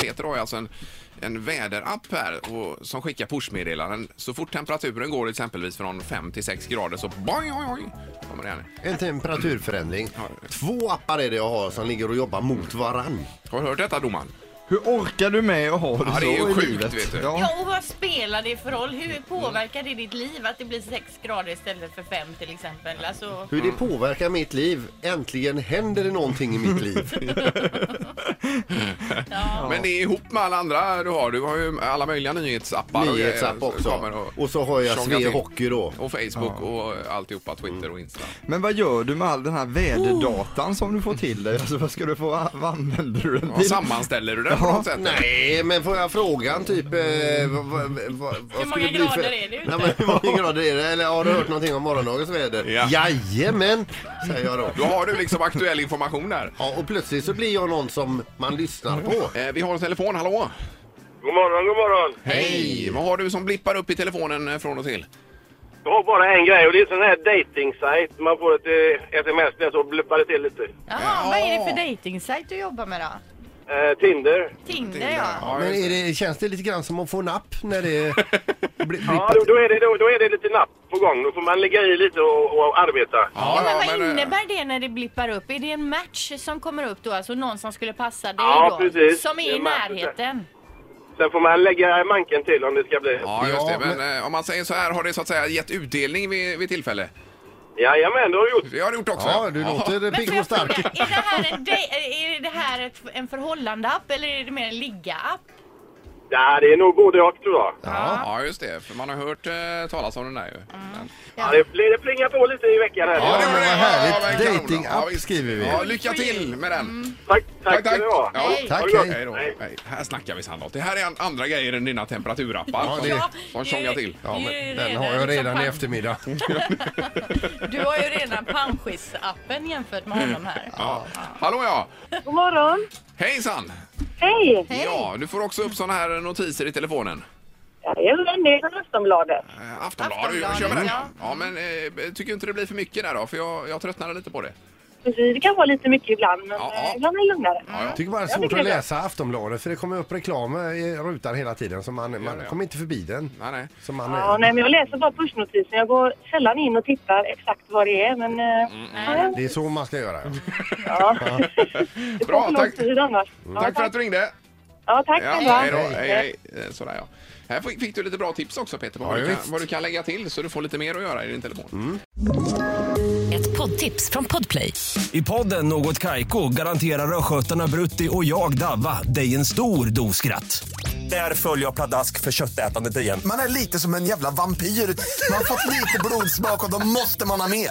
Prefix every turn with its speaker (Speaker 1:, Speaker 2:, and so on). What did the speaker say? Speaker 1: Peter har ju alltså en, en väderapp här och, som skickar pushmeddelanden. Så fort temperaturen går exempelvis från 5 till 6 grader så boing, oj, oj, kommer det här.
Speaker 2: En temperaturförändring. Två appar är det jag har som ligger och jobbar mot varann.
Speaker 1: Har du hört detta domaren?
Speaker 3: Hur orkar du med att ha det
Speaker 1: Ja,
Speaker 3: så
Speaker 1: det är ju
Speaker 3: i
Speaker 1: sjukt,
Speaker 3: livet?
Speaker 1: vet du.
Speaker 3: Ja.
Speaker 4: Ja, och vad spelar det för roll? Hur påverkar det ditt liv att det blir 6 grader istället för 5 till exempel? Alltså,
Speaker 2: Hur det
Speaker 1: Mm.
Speaker 2: påverkar mitt liv. Äntligen händer det någonting i mitt liv.
Speaker 4: ja.
Speaker 1: Men det är ihop med alla andra du har. Du har ju alla möjliga nyhetsappar. och grejer
Speaker 2: Nyhetsapp
Speaker 1: som kommer
Speaker 2: också. Och så har jag
Speaker 1: tjongar
Speaker 2: Svea
Speaker 1: till.
Speaker 2: Hockey då.
Speaker 1: Och Facebook och alltihopa, Twitter och Insta.
Speaker 2: Mm.
Speaker 3: Men vad gör du med all den här väderdatan som du får till dig? Alltså vad ska du få, vad använder du den
Speaker 1: Ja,
Speaker 3: till?
Speaker 1: sammanställer du det på något sätt?
Speaker 2: Nej, men får jag frågan typ... Eh, vad, vad, vad,
Speaker 4: Hur många grader är det ute?
Speaker 2: Nej, men hur många grader är det? Eller har du hört någonting om morgondagens väder?
Speaker 1: Ja.
Speaker 2: Jajamän, säger jag då.
Speaker 1: Då har du liksom aktuell information där.
Speaker 2: Ja, och plötsligt så blir jag någon som man lyssnar på.
Speaker 1: Eh, vi har en telefon, hallå?
Speaker 5: God morgon, god morgon.
Speaker 1: Hej! Vad har du som blippar upp i telefonen eh, från och till?
Speaker 5: Jag har bara en grej och det är sån här dating-sajt. Man får ett eh, sms där så blippar det till lite.
Speaker 4: Jaha, vad är det för dejtingsajt du jobbar med då?
Speaker 5: Eh, Tinder.
Speaker 4: Tinder ja.
Speaker 1: Ja,
Speaker 2: Men
Speaker 1: just
Speaker 2: är
Speaker 1: det.
Speaker 2: det, känns det lite grann som att få napp när det blir blir-
Speaker 5: Ja, då, då, är det, då, då är det lite napp på gång. Då får man lägga i lite och, och arbeta.
Speaker 4: Ja, men
Speaker 1: ja,
Speaker 4: vad
Speaker 1: men, eh,
Speaker 4: innebär det när det blippar upp? Är det en match som kommer upp då? Alltså någon som skulle passa dig
Speaker 5: Ja,
Speaker 4: då?
Speaker 5: precis.
Speaker 4: Som
Speaker 5: Det
Speaker 4: är
Speaker 5: är
Speaker 4: i
Speaker 5: en match.
Speaker 4: närheten?
Speaker 5: Sen får man lägga manken till om det ska bli.
Speaker 1: Ja, just det.
Speaker 2: Ja,
Speaker 1: Men, eh, om man säger så här, har det så att säga gett utdelning vid, vid tillfälle?
Speaker 5: Jajamän, det har du gjort.
Speaker 1: Det har det gjort också.
Speaker 2: Ja, du låter
Speaker 4: Men
Speaker 2: pigg
Speaker 4: får
Speaker 2: och
Speaker 4: jag fråga,
Speaker 2: stark.
Speaker 4: är det här, en, dej- är det här ett, en förhållande-app eller är det mer en ligga-app?
Speaker 5: Ja, det är nog både och tror jag.
Speaker 1: Ja. ja, just det. För man har hört eh, talas om den där ju. Men-
Speaker 5: Ja, det, blir- det plingar på lite i veckan här.
Speaker 2: Ja,
Speaker 1: det var
Speaker 2: vad
Speaker 1: det.
Speaker 2: härligt.
Speaker 1: men kanon.
Speaker 2: Dating-app
Speaker 1: visst.
Speaker 2: skriver vi.
Speaker 1: Ja, lycka till med den.
Speaker 5: Tack, tack, ska ni ha.
Speaker 1: Ja,
Speaker 4: Hej.
Speaker 2: Tack,
Speaker 1: ha det gott.
Speaker 2: hej.
Speaker 1: Hej då.
Speaker 5: Mm. Hej.
Speaker 1: Hej. Här snackar vi Sandholt. Det här är an- andra grejer än dina temperaturappar
Speaker 2: Ja,
Speaker 1: som-
Speaker 2: det-
Speaker 1: som tjongar till.
Speaker 2: Ja,
Speaker 4: Du är ju
Speaker 2: men den har jag redan i
Speaker 4: liksom
Speaker 2: eftermiddag.
Speaker 4: pan- Du har ju redan panschis-appen jämfört med honom här.
Speaker 1: Ja. Hallå ja!
Speaker 6: God morgon.
Speaker 1: Hejsan!
Speaker 6: Hej!
Speaker 1: Ja, du får också upp sådana här notiser i telefonen.
Speaker 6: Jajamän, det är från Aftonbladet.
Speaker 1: Eh, Aftonbladet, jag
Speaker 4: Aftonbladet,
Speaker 1: kör med den.
Speaker 4: ja.
Speaker 1: Ja, men eh, tycker inte det blir för mycket där då? För jag, jag tröttnade lite på det.
Speaker 6: Precis, det kan vara lite mycket ibland, men
Speaker 1: Ja,
Speaker 6: eh,
Speaker 1: ja.
Speaker 6: ibland är det lugnare.
Speaker 1: Ja, ja.
Speaker 2: Tycker bara det är
Speaker 6: Jag
Speaker 2: svårt
Speaker 6: tycker
Speaker 2: att
Speaker 6: det är
Speaker 2: läsa Aftonbladet för det kommer upp reklam i rutan hela tiden så man,
Speaker 1: det,
Speaker 2: man
Speaker 1: ja.
Speaker 2: kommer inte förbi den.
Speaker 1: Nej, nej.
Speaker 2: Så man,
Speaker 6: Ja, nej, men jag läser bara pushnotiser. Jag går sällan in och tittar exakt vad det är, men... eh,
Speaker 1: Mm,
Speaker 6: ja,
Speaker 2: Det är så man ska göra. ja.
Speaker 6: Ja. Det
Speaker 1: Bra,
Speaker 6: får för lång
Speaker 1: tack.
Speaker 6: tid annars. Ja,
Speaker 1: Tack för att du ringde!
Speaker 6: Ja, tack
Speaker 1: Ja,
Speaker 6: själva.
Speaker 1: hej då. Hej, hej. Eh, Sådär, ja. Här fick fick du lite bra tips också Peter på vad,
Speaker 2: Ja,
Speaker 1: du kan,
Speaker 2: visst.
Speaker 1: vad du kan lägga till så du får lite mer att göra i din telefon.
Speaker 7: Ett poddtips från Podplay.
Speaker 8: I podden Något Kaiko garanterar östgötarna Brutti och jag, Davva, dig en stor dos skratt. Där följer jag pladask för köttätandet igen.
Speaker 9: Man är lite som en jävla vampyr. Man har fått lite blodsmak och då måste man ha mer.